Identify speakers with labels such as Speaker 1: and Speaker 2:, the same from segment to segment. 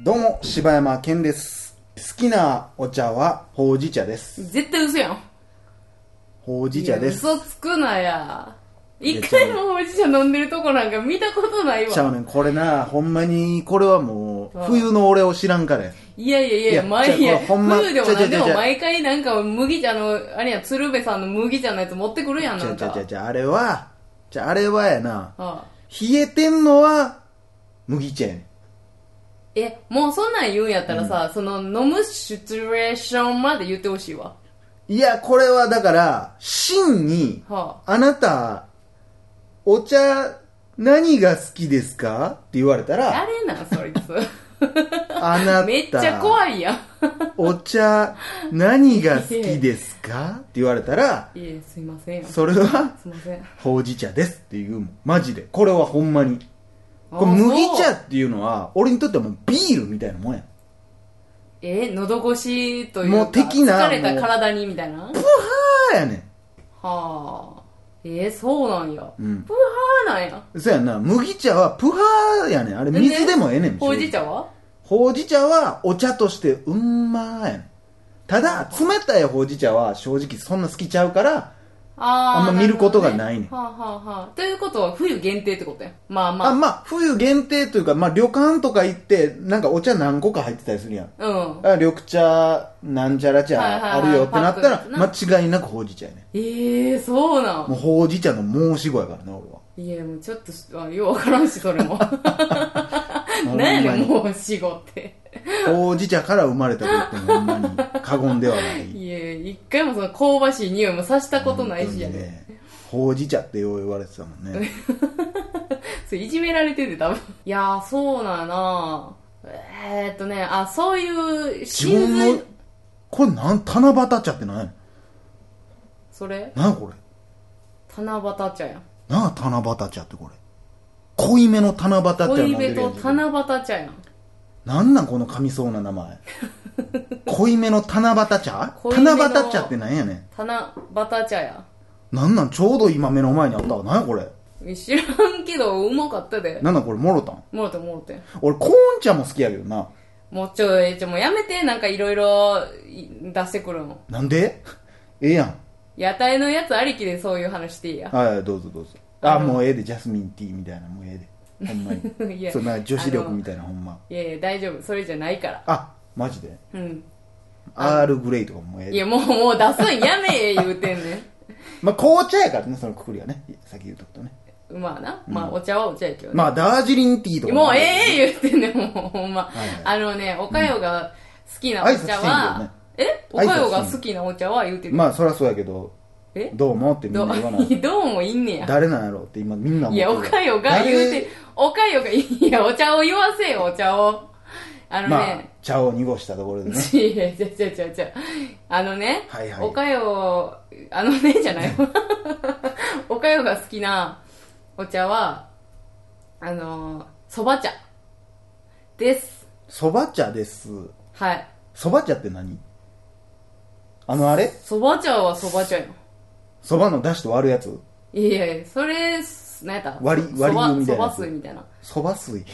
Speaker 1: どうも、柴山健です。好きなお茶はほうじ茶です。
Speaker 2: 絶対嘘やん。
Speaker 1: ほうじ茶です。
Speaker 2: 嘘つくなや。一回もほうじ茶飲んでるとこなんか見たことない
Speaker 1: ちゃ
Speaker 2: わ。
Speaker 1: うねん、これな、ほんまに、これはもう、冬の俺を知らんからや
Speaker 2: いやいやいや、
Speaker 1: いや
Speaker 2: 毎
Speaker 1: ちゃう
Speaker 2: 夜、
Speaker 1: これほんま
Speaker 2: 冬でも
Speaker 1: ちゃうちゃ
Speaker 2: な
Speaker 1: うんちゃ
Speaker 2: で
Speaker 1: う
Speaker 2: も毎回なんか麦茶の、あれや、鶴瓶さんの麦茶のやつ持ってくるやん、
Speaker 1: ち
Speaker 2: な
Speaker 1: ゃ
Speaker 2: ん
Speaker 1: うちゃう
Speaker 2: か
Speaker 1: ちゃう。ちゃう、あれは、じゃああれはやな、
Speaker 2: ああ
Speaker 1: 冷えてんのは、麦茶やねん。
Speaker 2: え、もうそんなん言うんやったらさ、その飲むシチュエーションまで言ってほしいわ。
Speaker 1: いや、これはだから、真に、
Speaker 2: は
Speaker 1: あなた、お茶、何が好きですかって言われた
Speaker 2: あ。あ
Speaker 1: ら、
Speaker 2: れなん、そいつ。
Speaker 1: あなた、
Speaker 2: めっちゃ怖いやん。
Speaker 1: お茶、何が好きですかって言われたら、
Speaker 2: いえ、すいませんよ。す
Speaker 1: それは、
Speaker 2: いません。
Speaker 1: ほうじ茶ですっていうもん。マジで。これはほんまに。これ
Speaker 2: あ
Speaker 1: 麦
Speaker 2: そ
Speaker 1: 茶
Speaker 2: う
Speaker 1: っていうのは、俺にとってはもうビールみたいなもんや。
Speaker 2: え、喉越しというか、
Speaker 1: もう的な
Speaker 2: 疲れ
Speaker 1: も
Speaker 2: た
Speaker 1: う
Speaker 2: 体にみたいな。
Speaker 1: ああやね
Speaker 2: はあ。えー、そうなんや。
Speaker 1: ん。うん。
Speaker 2: プハーなんや。
Speaker 1: そうやんな。麦茶はプハーやねん。あれ水でもええねん。
Speaker 2: ほうじ茶は
Speaker 1: ほうじ茶はお茶としてうんまーやねんただ冷たいほうじ茶は正直そんな好きちゃうから
Speaker 2: あー
Speaker 1: あんま見ることがないね
Speaker 2: るほどはあ、はあはあ、ということは冬限定ってことや。まあまあ。
Speaker 1: あまあ冬限定というか、まあ、旅館とか行ってなんかお茶何個か入ってたりするやん
Speaker 2: うん。
Speaker 1: あ緑茶なんちゃら
Speaker 2: はいはい
Speaker 1: 茶あ
Speaker 2: はい
Speaker 1: るよってなった
Speaker 2: パ
Speaker 1: ら
Speaker 2: ックのや
Speaker 1: 間違いなくほうじ茶やね
Speaker 2: えー、そうなん
Speaker 1: もうほうじ茶の申し子やからな俺は
Speaker 2: ん。いや、もうちょっとし、あようわからんし、それも。なん やねん、
Speaker 1: ほんま
Speaker 2: もう死後って。
Speaker 1: にほうじ茶から生まれたと言ってもほんまに過言ではない
Speaker 2: いや、一回もその香ばしい匂いもさした ことないし
Speaker 1: 本
Speaker 2: や
Speaker 1: 当に
Speaker 2: ね。
Speaker 1: ねほうじ茶ってよう言われてたもんね
Speaker 2: それいじめられてて多分。いやー、そうなんやなえー、っとね、あ、そういう、
Speaker 1: 自分
Speaker 2: 神
Speaker 1: の
Speaker 2: 髄
Speaker 1: これなん七夕茶って何やねん
Speaker 2: それ
Speaker 1: 何やこれ
Speaker 2: 七夕茶やん。
Speaker 1: なあ七夕茶ってこれ濃いめの七夕茶飲ん
Speaker 2: 恋
Speaker 1: でるや
Speaker 2: 人
Speaker 1: ん
Speaker 2: 七夕茶やん。
Speaker 1: なんなんこの噛みそうな名 前濃いめの七夕茶
Speaker 2: 濃いめ
Speaker 1: 七
Speaker 2: の
Speaker 1: 夕茶ってなんやね
Speaker 2: 七夕茶や。
Speaker 1: んなんなんちょうど今目の前にあったわ何やこれ
Speaker 2: 知らんけど、うまかったで。
Speaker 1: なんなんこれもろたん
Speaker 2: もろてもろて。
Speaker 1: 俺コーン茶も好きやけどな
Speaker 2: もうちょい、ちょ、もうやめて、なんかいろいろ出してくるの。
Speaker 1: なんでええやん
Speaker 2: 屋台のやつありきでそういう話していいや。
Speaker 1: はいはいどうぞどうぞあもうええでジャスミンティーみたいなもうええでほんま
Speaker 2: い
Speaker 1: に
Speaker 2: や
Speaker 1: そうなんか女子
Speaker 2: あ
Speaker 1: 力
Speaker 2: の
Speaker 1: みたいなほんま
Speaker 2: いやいや、大丈夫。それじゃないから。
Speaker 1: あマジで
Speaker 2: うん。
Speaker 1: アールグレイとかもええで
Speaker 2: いや、もう、もう出すんやめえ、言うてんね
Speaker 1: まあ、紅茶やからね、そのくくりはね。先言うとくとね。
Speaker 2: ん。まあな。まあ、お茶はお茶やけどね。
Speaker 1: まあ、ダージリンティーとか
Speaker 2: もうえ
Speaker 1: え
Speaker 2: えええ言ってんねん、もう、ほんま。
Speaker 1: いはい
Speaker 2: あのね、おかよが好きなお
Speaker 1: 挨拶してん
Speaker 2: 茶
Speaker 1: けどね
Speaker 2: は、えお
Speaker 1: 挨拶してん
Speaker 2: かよが好きなお茶は言うてる。
Speaker 1: まあ、そりゃそうやけど、
Speaker 2: え
Speaker 1: どうもってみ
Speaker 2: ど
Speaker 1: んな言わない。
Speaker 2: うどうも いんねや。
Speaker 1: 誰なんやろうって今みんな思っ
Speaker 2: い
Speaker 1: てる
Speaker 2: や、おかよが言うて、おかよが、いや、お茶を言わせよ、お茶を。あの
Speaker 1: 誰
Speaker 2: ね、
Speaker 1: まあ、茶を濁したところでね。
Speaker 2: いや、ちゃちゃちゃちゃ。あのね、
Speaker 1: はいはい
Speaker 2: おかよ、あのね、じゃないわ。 おかよが好きなお茶は、あの、そば茶です。
Speaker 1: そば茶です。
Speaker 2: はい。
Speaker 1: そば茶って何あのあれ
Speaker 2: そば茶はそば茶よ。
Speaker 1: そばの出汁と割るやつ
Speaker 2: いやいや、それ、何やった
Speaker 1: 割り割り湯みたいなやつ
Speaker 2: そば水みたいな。
Speaker 1: そば水。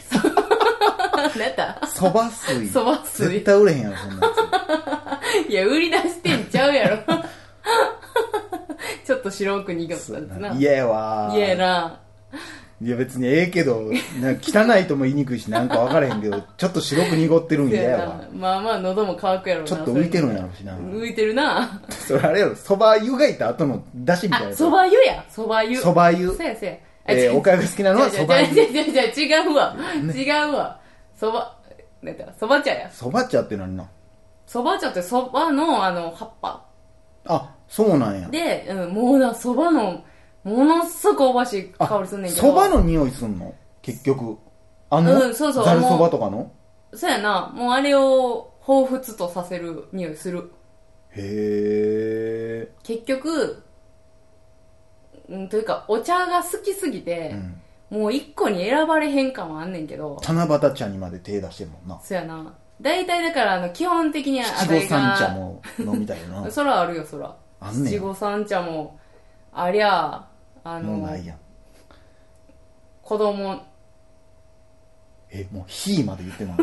Speaker 2: 何やった
Speaker 1: そば水。
Speaker 2: そば水
Speaker 1: 絶対売れへんやろ、そんなや
Speaker 2: いや、売り出してんちゃうやろ。 ちょっと白く濁ったやつな。
Speaker 1: つ。嫌やわー。
Speaker 2: 嫌やな。
Speaker 1: いや別にええけど、なんか汚いとも言いにくいし、なんか分からへんけ ど、ちょっと白く濁ってるん嫌
Speaker 2: 嫌
Speaker 1: や
Speaker 2: や
Speaker 1: わ
Speaker 2: な。。まあまあ喉も乾くやろな。
Speaker 1: ちょっと浮いて
Speaker 2: る。
Speaker 1: るんやろしな。
Speaker 2: 浮いてるな。
Speaker 1: それあれやろ、そば湯がいた後の出 汁みたいな
Speaker 2: あ、
Speaker 1: やつ。
Speaker 2: そば湯や。そば湯。
Speaker 1: そば湯
Speaker 2: そ。やそや。あ
Speaker 1: え
Speaker 2: 違
Speaker 1: ー、
Speaker 2: う
Speaker 1: おかゆが好きなのはそば
Speaker 2: 違う違
Speaker 1: 湯。
Speaker 2: う違う違う違うわ。違うわ。そば、なんだそば茶や。
Speaker 1: そば茶って何なん
Speaker 2: そば茶ってそばのあの葉っぱ。
Speaker 1: あ、そうなんや。
Speaker 2: で、うん、もうな、そばの、ものすごく香ばしい
Speaker 1: あ
Speaker 2: 香りすんねんけど。
Speaker 1: そばの匂いすんの結局。あの、
Speaker 2: うんそうそう
Speaker 1: ざるそばとかの
Speaker 2: そうやな。もうあれを彷彿とさせる匂いする。
Speaker 1: へ
Speaker 2: 結局、うん、というか、お茶が好きすぎ
Speaker 1: え。
Speaker 2: て
Speaker 1: う、ん。
Speaker 2: もう一個に選ばれへん感はあんねんけど、
Speaker 1: 七夕茶にまで手出してるもんな。
Speaker 2: そやな。大体だから、あの、基本的にあ
Speaker 1: 七
Speaker 2: れ
Speaker 1: 五三
Speaker 2: が。
Speaker 1: 茶も飲みたいよな
Speaker 2: そらあるよ、そら。
Speaker 1: あんねん
Speaker 2: 七五三茶も、ありゃ、あの、
Speaker 1: もうないやん。
Speaker 2: 子供
Speaker 1: えもう「ひ」まで言っても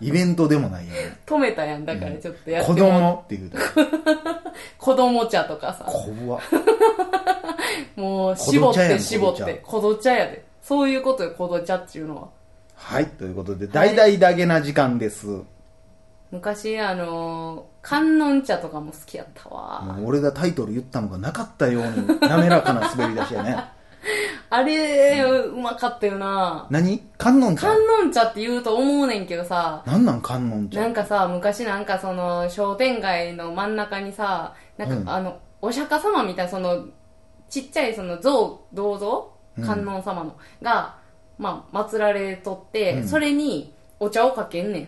Speaker 1: イベントでもない よね
Speaker 2: 止めたやんだからちょっとやっ
Speaker 1: 子
Speaker 2: てもらう
Speaker 1: 供って言うたら
Speaker 2: 子供茶とかさ
Speaker 1: 怖っ
Speaker 2: もう絞
Speaker 1: 子
Speaker 2: っ
Speaker 1: 供茶や
Speaker 2: て
Speaker 1: ん
Speaker 2: 絞って子供茶やでそういうことよ子供茶っていうのは
Speaker 1: はいということで大々だけな時間です、
Speaker 2: 昔あのー観音茶とかも好きやったわ、
Speaker 1: もう俺がタイトル言ったのがなかったように滑らかな滑り出しやね
Speaker 2: あれうまかったよな
Speaker 1: 何観音茶
Speaker 2: 観音茶って言うと思うねんけどさ
Speaker 1: なんなん観音茶
Speaker 2: なんかさ昔なんかその商店街の真ん中にさなんか、
Speaker 1: うん
Speaker 2: あのお釈迦様みたいなそのちっちゃいその像銅像
Speaker 1: うん
Speaker 2: 観音様の、が、まあ、祀られとって、
Speaker 1: うん
Speaker 2: それにお茶をかけんね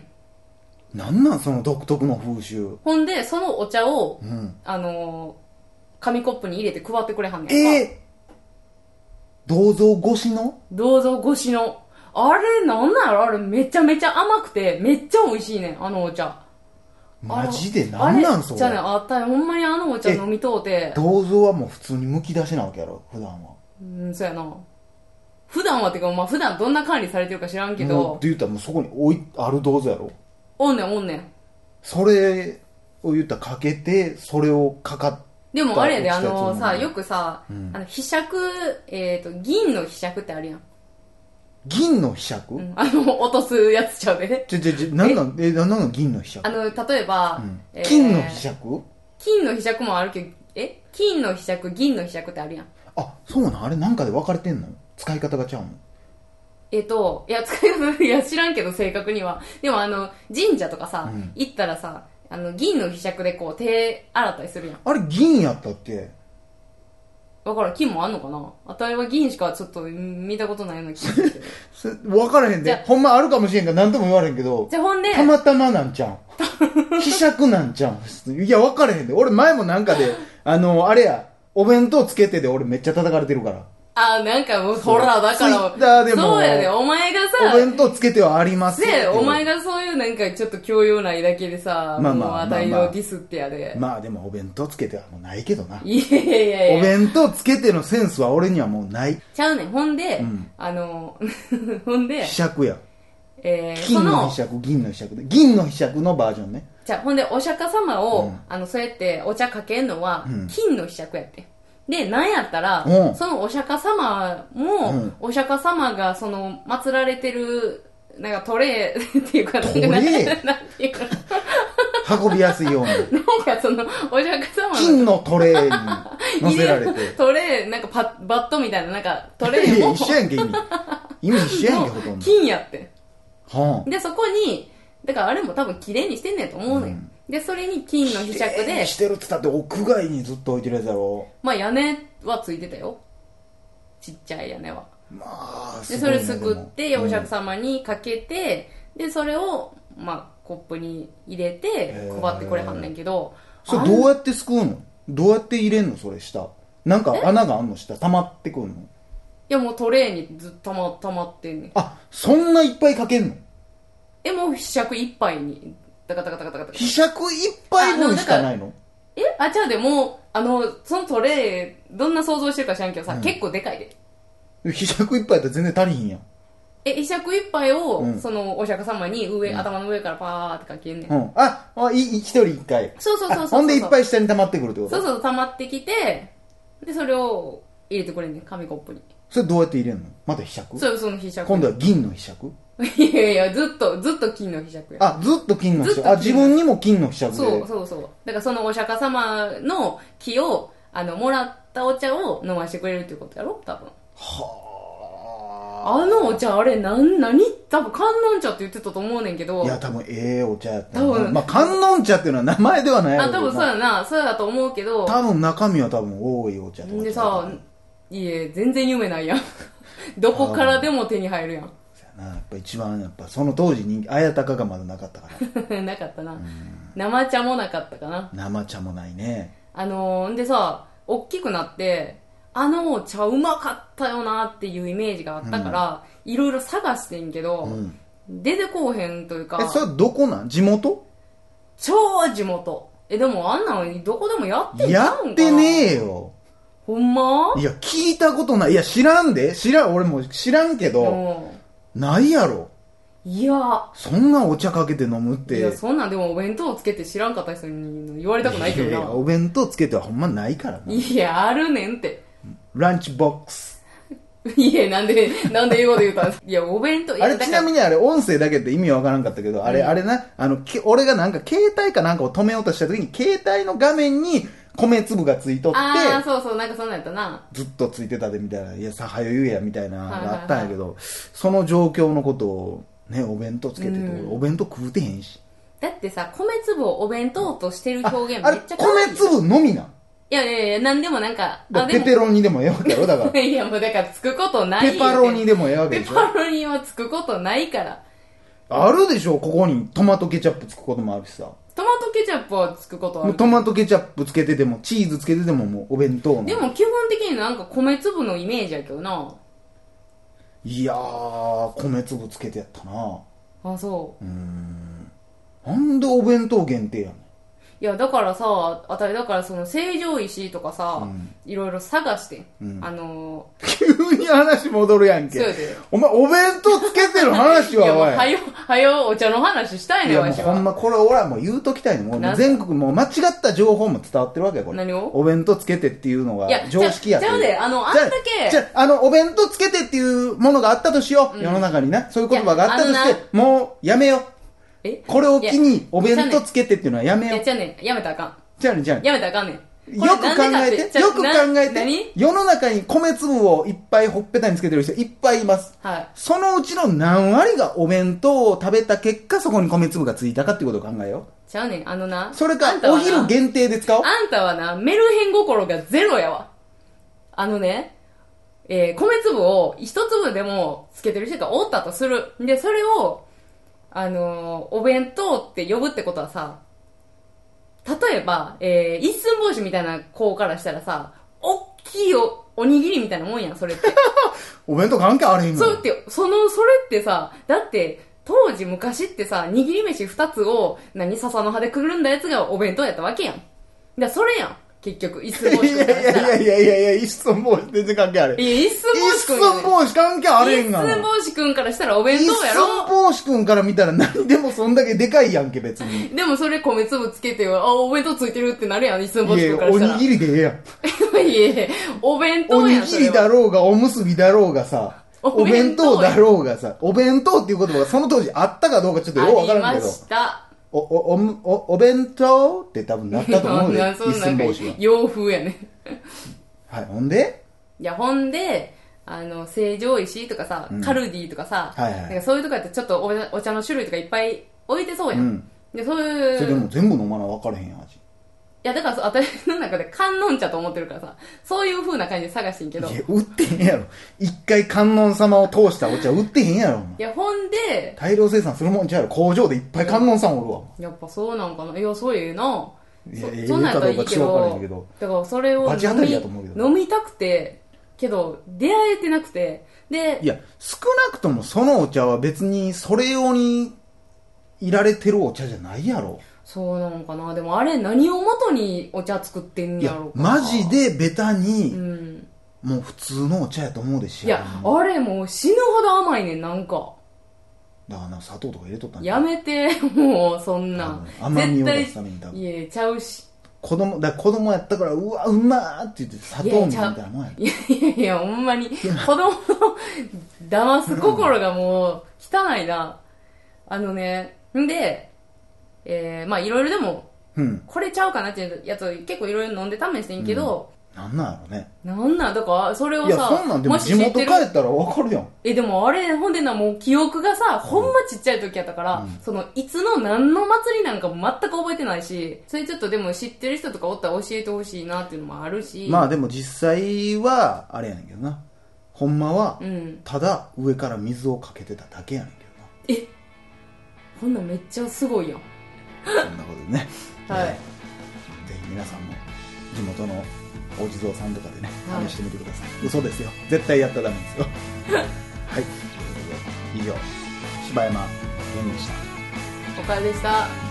Speaker 2: ん
Speaker 1: なんなんその独特の風習
Speaker 2: ほんでそのお茶を
Speaker 1: うん
Speaker 2: あのー紙コップに入れて配ってくれはんねん
Speaker 1: ええ銅像越しの
Speaker 2: 銅像越しの。あれ、なんなんやろあれ、めちゃめちゃ甘くて、めっちゃ美味しいねん、あのお茶。あれ
Speaker 1: マジでなんな
Speaker 2: あ
Speaker 1: ん
Speaker 2: れ
Speaker 1: そ
Speaker 2: じゃあね、
Speaker 1: れ
Speaker 2: あったよ。ほんまにあのお茶
Speaker 1: え
Speaker 2: 飲みとうて。
Speaker 1: 銅像はもう普通にむき出しなわけやろ普段は
Speaker 2: うん、そうやな。普段はってか、まあ普段どんな管理されてるか知らんけ
Speaker 1: もうっ
Speaker 2: ど、
Speaker 1: て言ったらもうそこに置いある銅像やろ
Speaker 2: おんねんおんねん。
Speaker 1: それを言ったらかけてそれをかかっ
Speaker 2: でもあれやで、
Speaker 1: だ
Speaker 2: あ
Speaker 1: から落
Speaker 2: の
Speaker 1: ちたやつ
Speaker 2: さ、
Speaker 1: 飲む
Speaker 2: よくさ、
Speaker 1: うん
Speaker 2: あの、被釈、えっ、と、銀の被釈ってあるやん。
Speaker 1: 銀の柄杓、
Speaker 2: うん、あの、落とすやつちゃうで。
Speaker 1: ちょちょちょなんなんえなんなん銀の柄
Speaker 2: あ
Speaker 1: 杓、
Speaker 2: の、例えば、
Speaker 1: うん
Speaker 2: えー
Speaker 1: 金の柄杓
Speaker 2: 金の被釈もあるけど、え金の被釈、銀の被釈ってあるやん。
Speaker 1: あそうなんあれなんかで分かれてんの使い方がちゃうの
Speaker 2: えっと、いや、使い方、いや、知らんけど、正確には。でも、あの、神社とかさ、
Speaker 1: うん
Speaker 2: 行ったらさ、あの、銀の被釈でこう、手洗ったりするやん。
Speaker 1: あれ銀やったっけ
Speaker 2: わからん、金もあんのかなあたいは銀しかちょっとうん見たことないような気がす るけど。
Speaker 1: それ分からへん
Speaker 2: じ
Speaker 1: で
Speaker 2: ゃ
Speaker 1: ほんまあるかもしれんから何とも言われへんけど
Speaker 2: じゃあ、ほんで、
Speaker 1: たまたまなんちゃ うん。希釈なんちゃうん。いや、分かれへんで。俺前もなんか で、あの、あれや、お弁当つけてで俺めっちゃ叩かれてるから。
Speaker 2: あ、なんかもう、ほら、だか
Speaker 1: Twitter
Speaker 2: ら、
Speaker 1: でも
Speaker 2: そうやね、お前が
Speaker 1: お弁
Speaker 2: さ、
Speaker 1: 当つけてはありますってい
Speaker 2: で、
Speaker 1: う
Speaker 2: お前がそういうなんかちょっと教養ないだけでさ、
Speaker 1: まあまあ
Speaker 2: もうあたい
Speaker 1: まあま
Speaker 2: を
Speaker 1: あ
Speaker 2: ディスってやで。
Speaker 1: まあでもお弁当つけてはもうないけどな。
Speaker 2: いやいやいやい
Speaker 1: お
Speaker 2: や。
Speaker 1: 弁当つけてのセンスは俺にはもうない。
Speaker 2: ちゃうねん、ほんで、
Speaker 1: ん
Speaker 2: あの、 ほんで
Speaker 1: 希、釈や。
Speaker 2: えー、そ
Speaker 1: 金の
Speaker 2: の
Speaker 1: 希、釈、銀の希釈で。銀の希釈のバージョンね。
Speaker 2: じゃあ、ほんで、お釈迦様
Speaker 1: う
Speaker 2: を、
Speaker 1: ん
Speaker 2: あの、そうやってお茶かけんのは、
Speaker 1: うん
Speaker 2: 金の被釈やって。で、なんやったら、
Speaker 1: うん
Speaker 2: そのお釈迦様も、
Speaker 1: うん
Speaker 2: お釈迦様が、その、祀られてる、なんかトレー っていうか、なんか、
Speaker 1: トレー
Speaker 2: なんていうか、
Speaker 1: 運びやすいように。
Speaker 2: なんか その、お釈迦様の
Speaker 1: 金のトレーに乗せられ
Speaker 2: 入る
Speaker 1: て。
Speaker 2: トレー、なんかパバットみたいな、なんか、トレ
Speaker 1: い
Speaker 2: ー
Speaker 1: や、
Speaker 2: も、
Speaker 1: 一緒やんけ、意味。意味一緒やんけ、ほとんど。
Speaker 2: 金やって。
Speaker 1: は
Speaker 2: で、そこに、だからあれも多分綺麗にしてんねんと思うのよ。
Speaker 1: うん
Speaker 2: で、それに金の被
Speaker 1: あ、
Speaker 2: 釈で、
Speaker 1: してるっつったって屋外にずっと置いてるやつだろ
Speaker 2: まあ屋根はついてたよ。ちっちゃい屋根は。
Speaker 1: まあ
Speaker 2: で、
Speaker 1: す
Speaker 2: そ
Speaker 1: ごいね
Speaker 2: れすくって、
Speaker 1: でも
Speaker 2: お釈迦様にかけて、で、それを、まあ、コップに入れて
Speaker 1: へ、ー
Speaker 2: 配ってこれはんねんけど、
Speaker 1: そ
Speaker 2: あ
Speaker 1: れ
Speaker 2: ん
Speaker 1: どうやってすくうのどうやって入れんのそれ下なんか穴があんの下溜まってくんの
Speaker 2: いやもうトレーにずっとたま、たまってんねん。
Speaker 1: あそんないっぱいかけんの
Speaker 2: え、もう被釈一杯に、ダカダカダカダカダカ
Speaker 1: ひ。しゃくいっぱい分しかないの
Speaker 2: えあ、じゃあでも、あの、そのトレー、どんな想像してるか知らんけどさ、結構でかいで。
Speaker 1: ひしゃくいっぱいやったら全然足りひんやん
Speaker 2: え、被釈一杯を、
Speaker 1: うん
Speaker 2: その、お釈迦様に上、頭の上からパーってかけんねん。
Speaker 1: うんああいい一人一回
Speaker 2: そうそうそうそうそう
Speaker 1: あほんでいっぱい下に溜まってくるってこと
Speaker 2: そうそう、溜まってきて、で、それを入れてくれんねん、紙コップに。
Speaker 1: それどうやって入れんのまたひしゃく
Speaker 2: そう、その被釈。
Speaker 1: 今度は銀のひしゃく
Speaker 2: いやいや、ずっと、ずっと金の被釈や。
Speaker 1: あずっと金のひし
Speaker 2: ず
Speaker 1: ゃ
Speaker 2: っ
Speaker 1: く
Speaker 2: と
Speaker 1: あ
Speaker 2: 金
Speaker 1: 自分にも金のひしゃくで
Speaker 2: そうそうそう。だからそのお釈迦様の木を、あの、もらったお茶を飲ましてくれるっていうことやろ多分。
Speaker 1: は
Speaker 2: あのお茶、あれ、なん、何多分観音茶って言ってたと思うねんけど。
Speaker 1: あいや多分ええお茶やった
Speaker 2: 多分
Speaker 1: まあ観音茶っていうのは名前ではないや
Speaker 2: あ、
Speaker 1: ろうけ
Speaker 2: 多
Speaker 1: ど
Speaker 2: 分そうやな、そうだと思うけど。
Speaker 1: 多分中身は多分多いお茶とか
Speaker 2: でさ、いいえ、全然夢ないやん。 どこからでも手に入るやん。
Speaker 1: そうやなやっぱ一番やっぱその当時人気綾鷹がまだなかったから
Speaker 2: なかったな。生茶もなかったかな。
Speaker 1: 生茶もないね
Speaker 2: あのー、んでさ、大きくなって、あのお茶うまかったよなっていうイメージがあったから、いろいろ探してんけど、
Speaker 1: ん
Speaker 2: 出てこうへんというか
Speaker 1: え、それどこなん地元
Speaker 2: 超地元。え、でもあんなのどこでもやってんち
Speaker 1: や
Speaker 2: ゃうんかな
Speaker 1: ってねえよ
Speaker 2: ほんま
Speaker 1: いや、聞いたことない。いや、知らんで。知らん、俺も知らんけど、
Speaker 2: う
Speaker 1: ないやろ。
Speaker 2: んいや
Speaker 1: そんなお茶かけて飲むっ
Speaker 2: い
Speaker 1: て。
Speaker 2: やそんなんでもお弁当つけて知らんかった人に言われたくないけ
Speaker 1: いやいやお
Speaker 2: ど
Speaker 1: 弁当つけてはほんまないから
Speaker 2: な
Speaker 1: な。
Speaker 2: いやあるねんって
Speaker 1: ランチボックス。
Speaker 2: いやなんでなんで英語で言うたんいやお弁当
Speaker 1: あれ、ちなみ
Speaker 2: に
Speaker 1: にあれ、音声だけって意味わからんかったけど、あれ、あれな、あの、け俺がなんか携帯かなんかを止めようとした時に、携帯の画面に米粒がついとって、
Speaker 2: ああそうそうなんかそんなんやったな
Speaker 1: ずっとついてたでみたいな、いや、さ、はよ言えやみたいなのがあったんやけど、その状況のことを、ね、お弁当つけてて、
Speaker 2: うん
Speaker 1: お弁当食うてへんし。
Speaker 2: だってさ米粒をお弁当としてる
Speaker 1: あ
Speaker 2: 表現
Speaker 1: あ
Speaker 2: め
Speaker 1: れ
Speaker 2: っちゃ、可愛い
Speaker 1: 米粒のみなん。
Speaker 2: いやいやいやなんでもなんか
Speaker 1: だから
Speaker 2: あ
Speaker 1: ペ
Speaker 2: で
Speaker 1: ペロニでもええわけやろ、だ から。
Speaker 2: もいやもうだからつくことない
Speaker 1: ペパロニでもええわけ
Speaker 2: ペ
Speaker 1: でしょ。
Speaker 2: パロニはつくことないから
Speaker 1: あるでしょ、ここにトマトケチャップつくこともあるしさ。
Speaker 2: トマトケチャップはつくことはあ
Speaker 1: もう
Speaker 2: る
Speaker 1: トマトケチャップつけてても、チーズつけててももうお弁当の。
Speaker 2: でも基本的になんか米粒のイメージやけどない
Speaker 1: やー、米粒つけてやったな。
Speaker 2: あそう
Speaker 1: なんでお弁当限定やね
Speaker 2: いやだからさあたりだからその成城石井とかさ、
Speaker 1: うん
Speaker 2: いろいろ探して、
Speaker 1: うん
Speaker 2: あの
Speaker 1: ん。 急に話戻るやん
Speaker 2: ー
Speaker 1: け
Speaker 2: そう。やで
Speaker 1: お前、お弁当つけてる
Speaker 2: い
Speaker 1: 話は、
Speaker 2: やもう
Speaker 1: おい。
Speaker 2: はよはよお茶の話したい
Speaker 1: い
Speaker 2: ね
Speaker 1: やもう
Speaker 2: わし
Speaker 1: ほん
Speaker 2: は
Speaker 1: まこれ俺はもう言うときたいのも
Speaker 2: な
Speaker 1: うん全国もう間違った情報も伝わってるわけよこれ
Speaker 2: 何を
Speaker 1: お弁当つけてっていうのが
Speaker 2: いや
Speaker 1: 常識や
Speaker 2: じゃじゃあねあのあんだけ
Speaker 1: じゃあじゃああのお弁当つけてっていうものがあったとしよう、
Speaker 2: うん
Speaker 1: 世の中にねそういう言葉があったと
Speaker 2: いや
Speaker 1: してもうやめよ
Speaker 2: え
Speaker 1: うこれを機にお弁
Speaker 2: じゃ
Speaker 1: 当
Speaker 2: あね
Speaker 1: つけてっていうのはやめ
Speaker 2: い
Speaker 1: よ
Speaker 2: や
Speaker 1: う
Speaker 2: じゃあねやめたらあかん
Speaker 1: じゃあねじゃあね
Speaker 2: やめたらあかんねん
Speaker 1: よ
Speaker 2: これ
Speaker 1: く考
Speaker 2: なんで
Speaker 1: え
Speaker 2: かってじゃあ
Speaker 1: よく考え
Speaker 2: な
Speaker 1: て
Speaker 2: 何
Speaker 1: 世の中に米粒をいっぱいほっぺたにつけてる人いっぱいいます
Speaker 2: はい
Speaker 1: そのうちの何割がお弁当を食べた結果そこに米粒がついたかっていうことを考えよう
Speaker 2: じゃあねあのな
Speaker 1: それ
Speaker 2: あ
Speaker 1: か
Speaker 2: んた、は
Speaker 1: お
Speaker 2: な
Speaker 1: 昼限定で使おう。
Speaker 2: あんたはな、メルヘン心がゼロやわ。あのね、えー、米粒を一粒でもつけてる人がおったとする。で、それを、あのーお弁当って呼ぶってことはさ、例えば、えー、一寸法師みたいな子からしたらさ、おっきいおおにぎりみたいなもんやん、それって。
Speaker 1: お弁当関係あれへんの
Speaker 2: そうって、その、それってさ、だって、当時昔ってさ、握り飯二つを、何、笹の葉でくるんだやつがお弁当やったわけやん。だからそれやん。結局、一寸法
Speaker 1: い
Speaker 2: 師
Speaker 1: や
Speaker 2: 君
Speaker 1: い
Speaker 2: からしたら。
Speaker 1: やいやいやいや、一寸法師全然関係あれへん。
Speaker 2: いや、一寸
Speaker 1: 一
Speaker 2: 法師君や
Speaker 1: 寸法師関係あれへ
Speaker 2: ね
Speaker 1: ん
Speaker 2: 一
Speaker 1: が
Speaker 2: 寸
Speaker 1: な。
Speaker 2: 法師君からしたらお弁
Speaker 1: 一
Speaker 2: 当や
Speaker 1: 寸
Speaker 2: ろ
Speaker 1: 法師君から見たら何でもそんだけでかいやんけ、別に。
Speaker 2: でもそれ米粒つけてよ、あ、お弁当ついてるってなるやん、一寸法
Speaker 1: い
Speaker 2: 師
Speaker 1: や、
Speaker 2: 君から
Speaker 1: お
Speaker 2: したら。
Speaker 1: にぎりでええやん。
Speaker 2: り。いやいやお弁
Speaker 1: お
Speaker 2: 当や
Speaker 1: に
Speaker 2: ん、
Speaker 1: ぎ
Speaker 2: それ
Speaker 1: り
Speaker 2: は。
Speaker 1: だろうが、おむすびだろうがさ、お
Speaker 2: お
Speaker 1: 弁
Speaker 2: 弁
Speaker 1: 当
Speaker 2: 当
Speaker 1: だろうがさ、お弁当っていう言葉がその当時あったかどうかちょっとようわか
Speaker 2: あり
Speaker 1: らん
Speaker 2: ま
Speaker 1: けど、
Speaker 2: した。
Speaker 1: お、お、おむ、お、お弁当って多分なったと 思うよ
Speaker 2: な、そ
Speaker 1: 一
Speaker 2: うなん
Speaker 1: 寸
Speaker 2: か
Speaker 1: 法師は。
Speaker 2: 洋風やね。
Speaker 1: はい、ほんで
Speaker 2: いや、ほんで、あの、成城石とかさ、
Speaker 1: うん
Speaker 2: カルディとかさ、
Speaker 1: はいはい
Speaker 2: なんかそういうとこやってちょっとお茶お茶の種類とかいっぱい置いてそうやん。
Speaker 1: うん
Speaker 2: で、そう
Speaker 1: それ
Speaker 2: い
Speaker 1: で
Speaker 2: う、い
Speaker 1: も全部飲まな分からへんやん、味。
Speaker 2: や、だからそう私の中で観音茶と思ってるからさ、そういう風な感じで探してんけど、
Speaker 1: いや
Speaker 2: い、
Speaker 1: 売ってへんやろ。一回観音様を通したお茶売ってへんやろ、お前
Speaker 2: や、ほんで、
Speaker 1: 大量生産するもんちゃうやろ。工場でいっぱい観音さんおるわ。
Speaker 2: やっぱそうなんかな、いや、そういうの、
Speaker 1: いや
Speaker 2: そ
Speaker 1: ええ
Speaker 2: そんなんやったらいい
Speaker 1: か
Speaker 2: け
Speaker 1: どうかちょ
Speaker 2: ど
Speaker 1: っとわからへんけど
Speaker 2: だからそれを
Speaker 1: バチ当
Speaker 2: 飲
Speaker 1: たり
Speaker 2: み
Speaker 1: やと思うけど
Speaker 2: 飲みたくて、けど、出会えてなくて、で
Speaker 1: い、や、少なくともそのお茶は別にそれ用にいられてるお茶じゃないやろ。
Speaker 2: そうなのかな、でもあれ何をもとにお茶作ってん
Speaker 1: い
Speaker 2: や
Speaker 1: や
Speaker 2: ろ、うかな
Speaker 1: マジ、でベタ
Speaker 2: う
Speaker 1: に、
Speaker 2: ん。
Speaker 1: もう普通のお茶やと思うでし
Speaker 2: いや、あれもう死ぬほど甘いねん、なんか。
Speaker 1: だからな、砂糖とか入れとったん
Speaker 2: やめて、 もう、そんな
Speaker 1: あ
Speaker 2: ん。
Speaker 1: の甘みを出す
Speaker 2: 絶
Speaker 1: ために多
Speaker 2: 対、
Speaker 1: 分
Speaker 2: いや、ちゃうし。
Speaker 1: 子供、だから子供やったから、うわ、うまーって言って砂糖みたいなもんや。
Speaker 2: いやいやいや、ほんまに、子供の 騙す心がもう、汚いな。あのね、んで、えー、まあいろいろでも、
Speaker 1: うん。
Speaker 2: これちゃうかなっていうやつを結構いろいろ飲んで試してんけど、
Speaker 1: なんなんやろね。
Speaker 2: なんなんだから、それを
Speaker 1: いや、
Speaker 2: さ、
Speaker 1: そんなんでも
Speaker 2: もし
Speaker 1: 地
Speaker 2: 知っ
Speaker 1: 元帰
Speaker 2: て
Speaker 1: っ
Speaker 2: る
Speaker 1: たらわかるやん。
Speaker 2: えでもあれほんでなもう記憶がさほんまちっちゃい時やったから、
Speaker 1: うん
Speaker 2: そのいつの何の祭りなんかも全く覚えてないしそれちょっとでも知ってる人とかおったら教えてほしいなっていうのもあるし
Speaker 1: まあでも実際はあれやねんけどなほんまは
Speaker 2: うん
Speaker 1: ただ上から水をかけてただけやねんけ
Speaker 2: えほんなんめっちゃすごいやん
Speaker 1: どなそんなことでね
Speaker 2: はい
Speaker 1: えーぜひ皆さんも地元のお地蔵さんとかでね
Speaker 2: はい
Speaker 1: 試してみてください、嘘ですよ絶対やったらダメ ですよはいということで以上柴山健でした
Speaker 2: おかえりでした